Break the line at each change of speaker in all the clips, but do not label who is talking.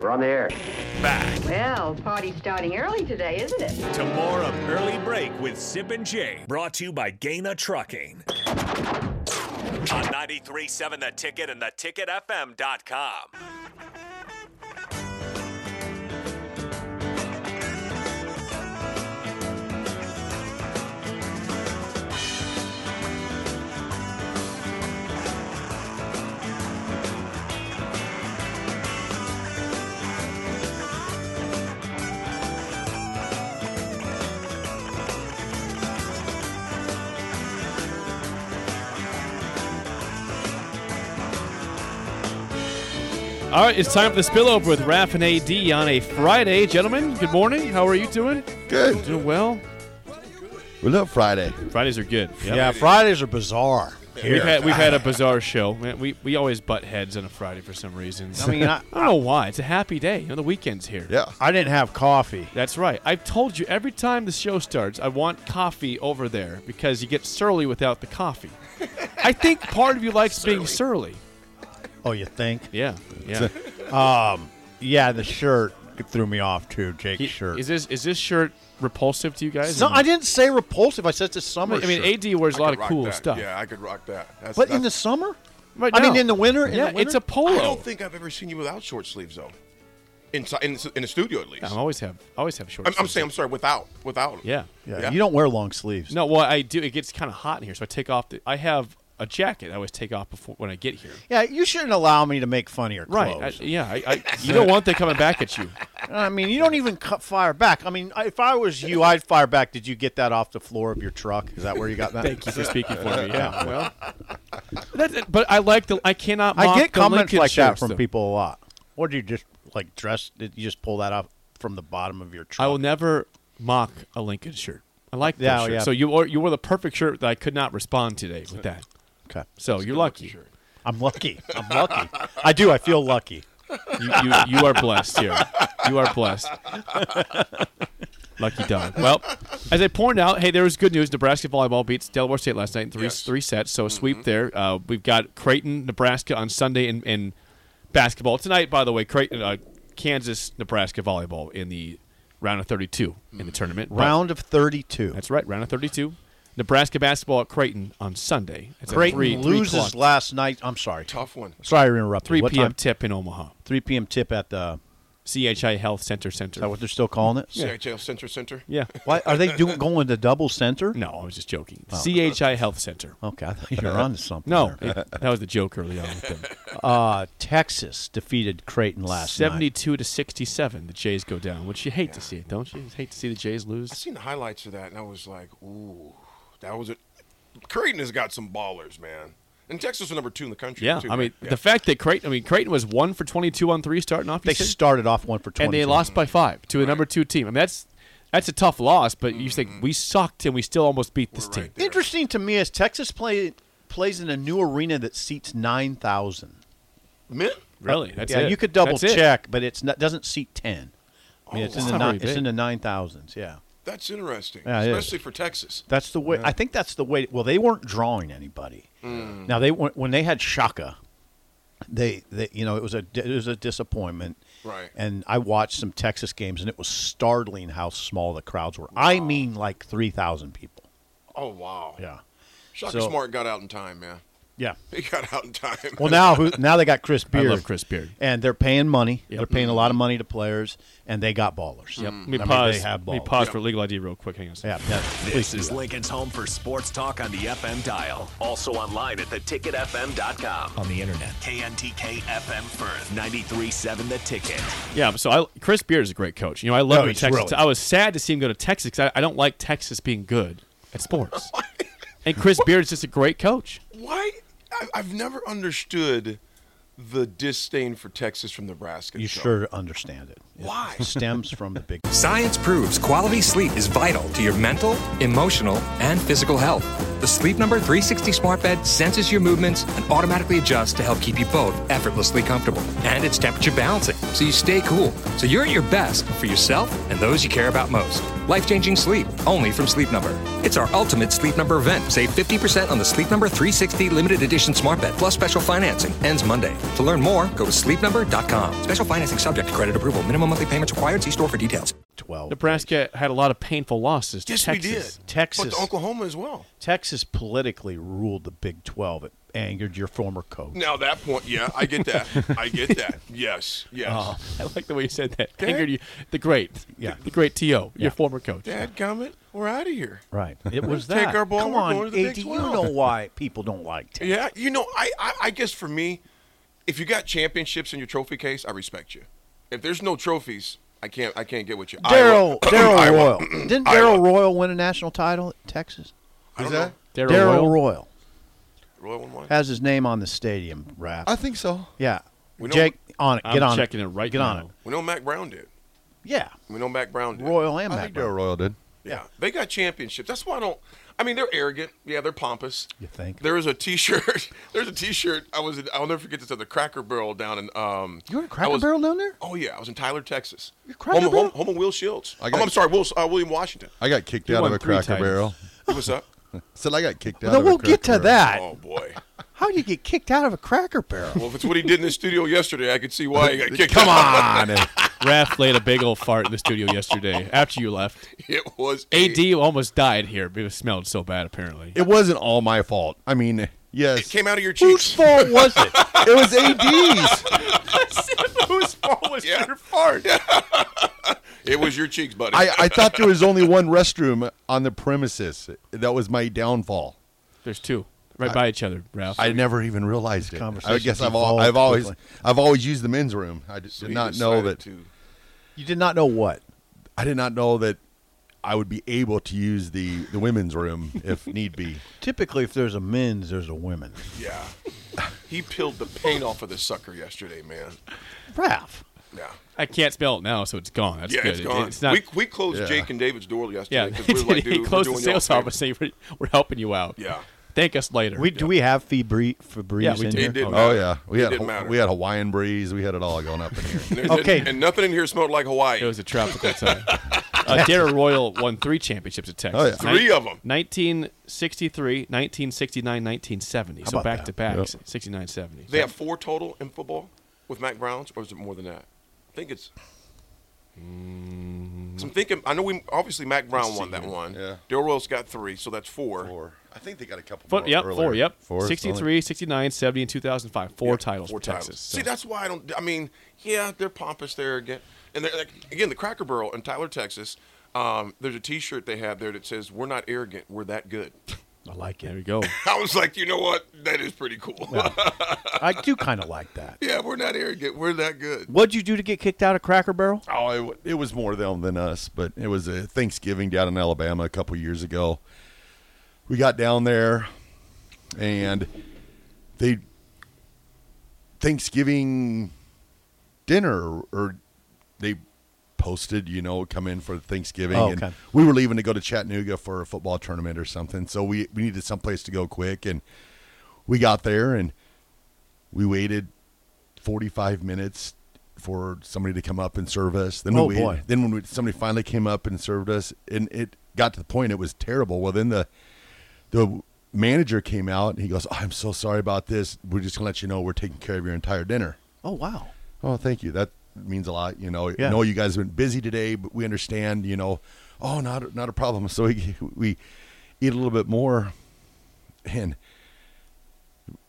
We're on the air.
Back
Well, party's starting early today, isn't it?
to more of Early Break with Sip and Jay, brought to you by Gaina Trucking. On 93.7 The Ticket and theticketfm.com.
All right, it's time for the spillover with Raph and AD on a Friday. Gentlemen, good morning. How are you doing?
Good.
Doing well?
We love Friday.
Fridays are good.
Yeah, Fridays are bizarre.
We've had, we've had a bizarre show. Man, we, we always butt heads on a Friday for some reason.
I mean, I,
I don't know why. It's a happy day. You know, the weekend's here.
Yeah.
I didn't have coffee.
That's right. I've told you every time the show starts, I want coffee over there because you get surly without the coffee. I think part of you likes being surly.
Oh, you think?
Yeah. Yeah.
Yeah, the shirt threw me off too. Jake's
He-
shirt.
Is this is this shirt repulsive to you guys?
no, I didn't say repulsive. I said it's a summer.
I mean,
shirt.
AD wears a lot of cool stuff.
Yeah, I could rock that. That's,
but in the
that's-
summer?
Right
I mean,
now.
in the winter. in
yeah,
the winter?
it's a
I
polo.
don't think I've ever seen you without short sleeves though. Inside in, in the studio at least.
I
I'm,
always have always have short.
I'm,
sleeves.
saying I'm sorry without without.
Yeah.
Yeah,
Yeah.
you don't wear long sleeves.
No, well, I do. It gets kind of hot in here, so I take off. The, I have a jacket. I always take off before when I get here.
Yeah, you shouldn't allow me to make fun of your
Right. I,
clothes.
yeah. I, I, you don't want that coming back at you.
I mean, you don't even cut fire back. I mean, I- if I was you, I'd fire back. Did you get that off the floor of your truck? Is that where you got that?
Thank you for speaking for me. Yeah. Well. That's it. But I like the. I cannot.
I
mock
get
the
comments
Lincoln
like that
shirts,
from
though.
people a lot. Or do you just like dress? Did you just pull that up from the bottom of your truck?
I will never mock a Lincoln shirt. I like that
Yeah,
shirt.
yeah.
So you wore, you wore the perfect shirt that I could not respond today with that.
Okay.
So you're lucky.
I'm lucky. I'm lucky. I do. I feel lucky.
You, you, you are blessed here. You are blessed. Lucky dog. Well, as I pointed out, hey, there was good news. Nebraska volleyball beats Delaware State last night in three,
Yes.
three sets, so a sweep there. Uh, we've got Creighton, Nebraska on Sunday in, in basketball. Tonight, by the way, Creighton, uh, Kansas, Nebraska volleyball in the round of 32 in the tournament. But-
Round of 32.
That's right, round of 32. Nebraska basketball at Creighton on Sunday. It's at
Creighton
three, three
loses
o'clock-
last night. I'm sorry.
Tough one.
Sorry to interrupt. you.
3
What
p.m.
time?
tip in Omaha.
3 p.m. tip at the.
CHI Health Center
Is that
Center.
what they're still calling it?
CHL Center Center.
Yeah.
Why are they doing going to double center?
No, I was just joking.
Oh.
CHI Health Center.
Okay, I thought you were on to something.
No,
there.
it- that was the joke early on with them.
Uh, Texas defeated Creighton last night.
Seventy-two to sixty-seven, the Jays go down, which you hate to see it, don't you? You hate to see the Jays
I
lose.
seen the highlights of that and I was like, ooh, that was it. Creighton has got some ballers, man. And Texas was number two in the country.
Yeah,
too,
I mean
man.
the fact that Creighton, I mean Creighton was one for twenty-two on three starting off, you
They
said?
started off one for 20.
and they lost by five to the number two team. I mean that's that's a tough loss, but you think we sucked and we still almost beat this team.
Mm-hmm. there.
Interesting to me is Texas play, plays in a new arena that seats 9,000.
Man,
Really, that's
yeah,
it.
you could double
That's it.
check, but it's not, doesn't seat 10. I mean,
Oh,
it's, in
wow.
the
That's not
nine,
very
it's in
big.
the 9,000s, yeah.
that's interesting.
Yeah, it is.
Especially for Texas.
That's the way. I think that's the way. Well, they weren't drawing anybody. Now they weren't, when they had Shaka, they, they you know it was a it was a disappointment.
Right.
And I watched some Texas games, and it was startling how small the crowds were. I mean, like three thousand people.
Oh wow.
Yeah.
Shaka
So-
Smart got out in time, man.
Yeah.
He got out in time.
Well, now who, now they got Chris
I
Beard.
love Chris Beard.
And they're paying money.
Yep.
They're paying a lot of money to players, and they got ballers.
Yep. Let
I
me
mean,
pause.
they have
Let me
ballers.
pause for legal ID real quick. Hang on. A second.
Yeah. yeah.
This
Please do
is
that.
Lincoln's home for sports talk on the FM dial. Also online at theticketfm.com. On the internet. KNTK FM Firth, 93.7 The Ticket.
Yeah, so I, Chris Beard is a great coach. You know, I love
No,
him at
he's
Texas.
really-
I was sad to see him go to Texas because I, I don't like Texas being good at sports. and Chris Beard is just a great coach.
Why? I, I've never understood the disdain for Texas from Nebraska.
You
So,
sure understand it. It
Why?
stems from the big.
Science proves quality sleep is vital to your mental, emotional, and physical health. The Sleep Number 360 smart bed senses your movements and automatically adjusts to help keep you both effortlessly comfortable. And it's temperature balancing, so you stay cool. So you're at your best for yourself and those you care about most. Life-changing sleep, only from Sleep Number. It's our ultimate Sleep Number event. Save 50% on the Sleep Number 360 limited edition smart bed, plus special financing. Ends Monday. To learn more, go to sleepnumber.com. Special financing subject to credit approval. Minimum monthly payments required. See store for details.
12.
Nebraska had a lot of painful losses to
Yes,
Texas.
we did.
Texas.
But to Oklahoma as well.
Texas politically ruled the Big 12. It angered your former coach.
Now that point, yeah, I get that. I get that. Yes, yes.
Uh-huh.
Oh, I like the way you said that.
Okay.
Angered you, the great,
Yeah.
the great To, your
Yeah.
former coach.
Dad, gummit, we're out of here.
Right. It was that.
Take our ball,
Come
we're
on,
going to the
AD,
Big
you
12.
know why people don't like Texas.
Yeah, you know, I, I, I guess for me, if you got championships in your trophy case, I respect you. If there's no trophies, I can't I can't get with you.
Daryl
Iowa-
Daryl
Iowa.
Royal. Didn't Daryl Royal win a national title at Texas?
I don't
Is that?
Daryl
Daryl
Royal?
Royal
know. Royal one?
has his name on the stadium wrap.
I think so.
yeah.
We know-
Jake, on it.
I'm
Get on
checking
it.
it right
Get on
now.
it.
We know Mac Brown did.
Yeah.
We know Mac Brown did.
Royal and
I
Mac
think
Brown.
Daryl Royal did.
Yeah, they got championships. That's why I don't. I mean, they're arrogant. Yeah, they're pompous.
You think?
There was a T-shirt. There's a T-shirt. I was. in- I'll never forget this at the Cracker Barrel down in. Um,
You were at
I
Cracker
was-
Barrel down there?
Oh yeah, I was in Tyler, Texas.
You're Cracker
home,
Barrel?
Home, home of Will Shields.
I
I
got-
am sorry, Will, uh, William Washington.
I got kicked
He
out of
won
a
three
Cracker
times.
Barrel.
What's up?
Said I got kicked out.
No,
of a
we'll get to
Cracker Barrel.
that.
oh boy.
How do you get kicked out of a Cracker Barrel?
Well, if it's what he did in the studio yesterday, I could see why he got kicked.
Come
out.
on.
Raph laid a big old fart in the studio yesterday after you left.
It was
AD almost died here. It smelled so bad, apparently.
it wasn't all my fault. I mean,
It
yes, it
came out of your
Whose
cheeks.
fault was it?
was AD's.
Whose fault was
Yeah. your
fart?
It was your cheeks, buddy.
I, I thought there was only one restroom on the premises. That was my downfall.
There's two right by each other, Ralph.
I never even realized it. I
conversation
guess I've al-
devolved
I've always
quickly.
I've always used the men's room. I d-
So
did
he
not know
decided
that.
to-
You did not know what.
I did not know that I would be able to use the the women's room if need be.
Typically, if there's a men's, there's a women.
Yeah. He peeled the paint off of the sucker yesterday, man.
Ralph.
Yeah.
I can't smell it now, so it's gone. That's
yeah,
good.
it's
It-
gone.
it's not.
we, we closed
Yeah.
Jake and David's door
yeah,
yesterday
they
because we were like,
did. He
dude,
closed
we're
the
doing y'all a
sales
favor.
office. saying, We're, we're helping you out.
Yeah.
Thank us later.
We, Do we have Febreze, Febreze
Yeah, we
in
do.
here?
It didn't
Oh
matter.
yeah, we
It
had
didn't matter.
we had Hawaiian breeze. We had it all going up in here.
And there-
Okay.
And nothing in here smelled like Hawaii.
It was a tropical time. uh, Darrell Royal won three championships at Texas.
Oh, yeah.
Three of 'em.
1963, 1969, 1970. so
about
back to back,
Yep.
69, 70.
they have four total in football with Mac Browns, or is it more than that? I think it's. 'cause I'm thinking. I know we obviously Mac Brown won that one.
Yeah.
Daryl Royal's got three, so that's four.
Four. I think they got a couple.
Four,
more
yep,
earlier.
four, yep.
Four.
63, 69, 70, and 2005. Four
Yeah,
titles for Texas.
See,
so.
that's why I don't. I mean, yeah, they're pompous there again, and they're like, again the Cracker Barrel in Tyler, Texas. Um, there's a T-shirt they have there that says, "We're not arrogant, we're that good."
I like
there
it.
we go.
I was like, you know what? That is pretty cool. Yeah,
I do kind of like that.
we're not arrogant, we're that good.
What'd you do to get kicked out of Cracker Barrel?
Oh, it, wa- it was more them than us, but it was a Thanksgiving down in Alabama a couple years ago. We got down there, and they Thanksgiving dinner or they posted, you know, come in for Thanksgiving.
Oh,
And
okay.
we were leaving to go to Chattanooga for a football tournament or something, so we we needed someplace to go quick, and we got there and we waited 45 minutes for somebody to come up and serve us. Then
Oh,
we waited-
boy.
then when we, somebody finally came up and served us, and it got to the point it was terrible. Well, then the the manager came out and he goes, "Oh, "I'm so sorry about this. We're just gonna let you know we're taking care of your entire dinner."
Oh wow.
Oh, thank you. That means a lot. You know,
Yeah.
I know you guys have been busy today, but we understand. You know, oh, not not a problem. So we we eat a little bit more, and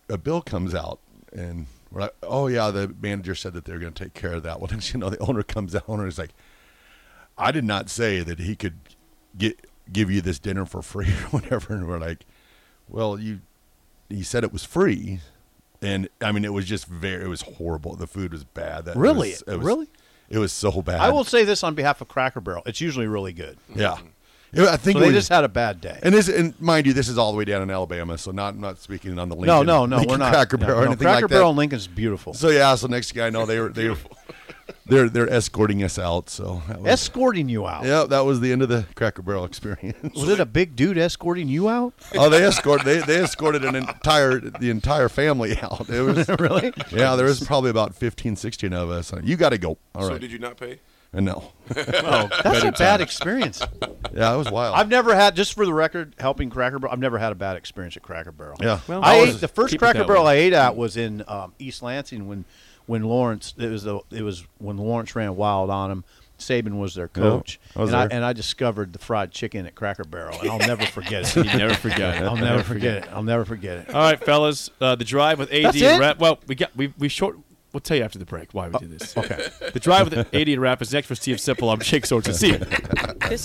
a bill comes out, and we're like, oh yeah, the manager said that they're going to take care of that. Well, then you know, the owner comes out, owner is like, I did not say that he could get give you this dinner for free or whatever. And we're like, well, you he said it was free, and I mean it was just very it was horrible. The food was bad. That it
Really?
was- it was-
Really?
it was so bad.
I will say this on behalf of Cracker Barrel. It's usually really good.
yeah. Yeah, I think
So
it
they
was-
just had a bad day.
and this, and mind you, this is all the way down in Alabama, so not I'm not speaking on the Lincoln.
no, no, no,
Lincoln
we're not.
Cracker
no,
Barrel or
no,
anything
Cracker
like that.
Barrel in Lincoln's beautiful.
So yeah, so next guy I know they were they were they're they're escorting us out. So that was,
escorting you out.
uh, yeah, that was the end of the Cracker Barrel experience.
Was it a big dude escorting you out?
oh, they escorted they, they escorted an entire the entire family out. It was really yeah. There was probably about 15, 16 of us. You got to go. All right.
So did you not pay?
And no,
Oh,
That's a bad experience.
yeah, it was wild.
I've never had, just for the record, helping Cracker Barrel. I've never had a bad experience at Cracker Barrel.
Yeah. Well,
I
ours
ate
is-
the first
keep it
Cracker
that
Barrel
way.
I ate at was in um, East Lansing when when Lawrence it was the, it was when Lawrence ran wild on him. Saban was their coach,
I was
and, I,
there.
and I discovered the fried chicken at Cracker Barrel, and I'll never forget it.
You never forget.
I'll never forget it. I'll never forget it.
All right, fellas, uh, the drive with AD
That's it?
and Rap. Well, we got we we short. We'll tell you after the
Oh.
break why we did this. Okay. the drive with AD and Rap is next for Steve Sipple. I'm Jake Sorts. See you.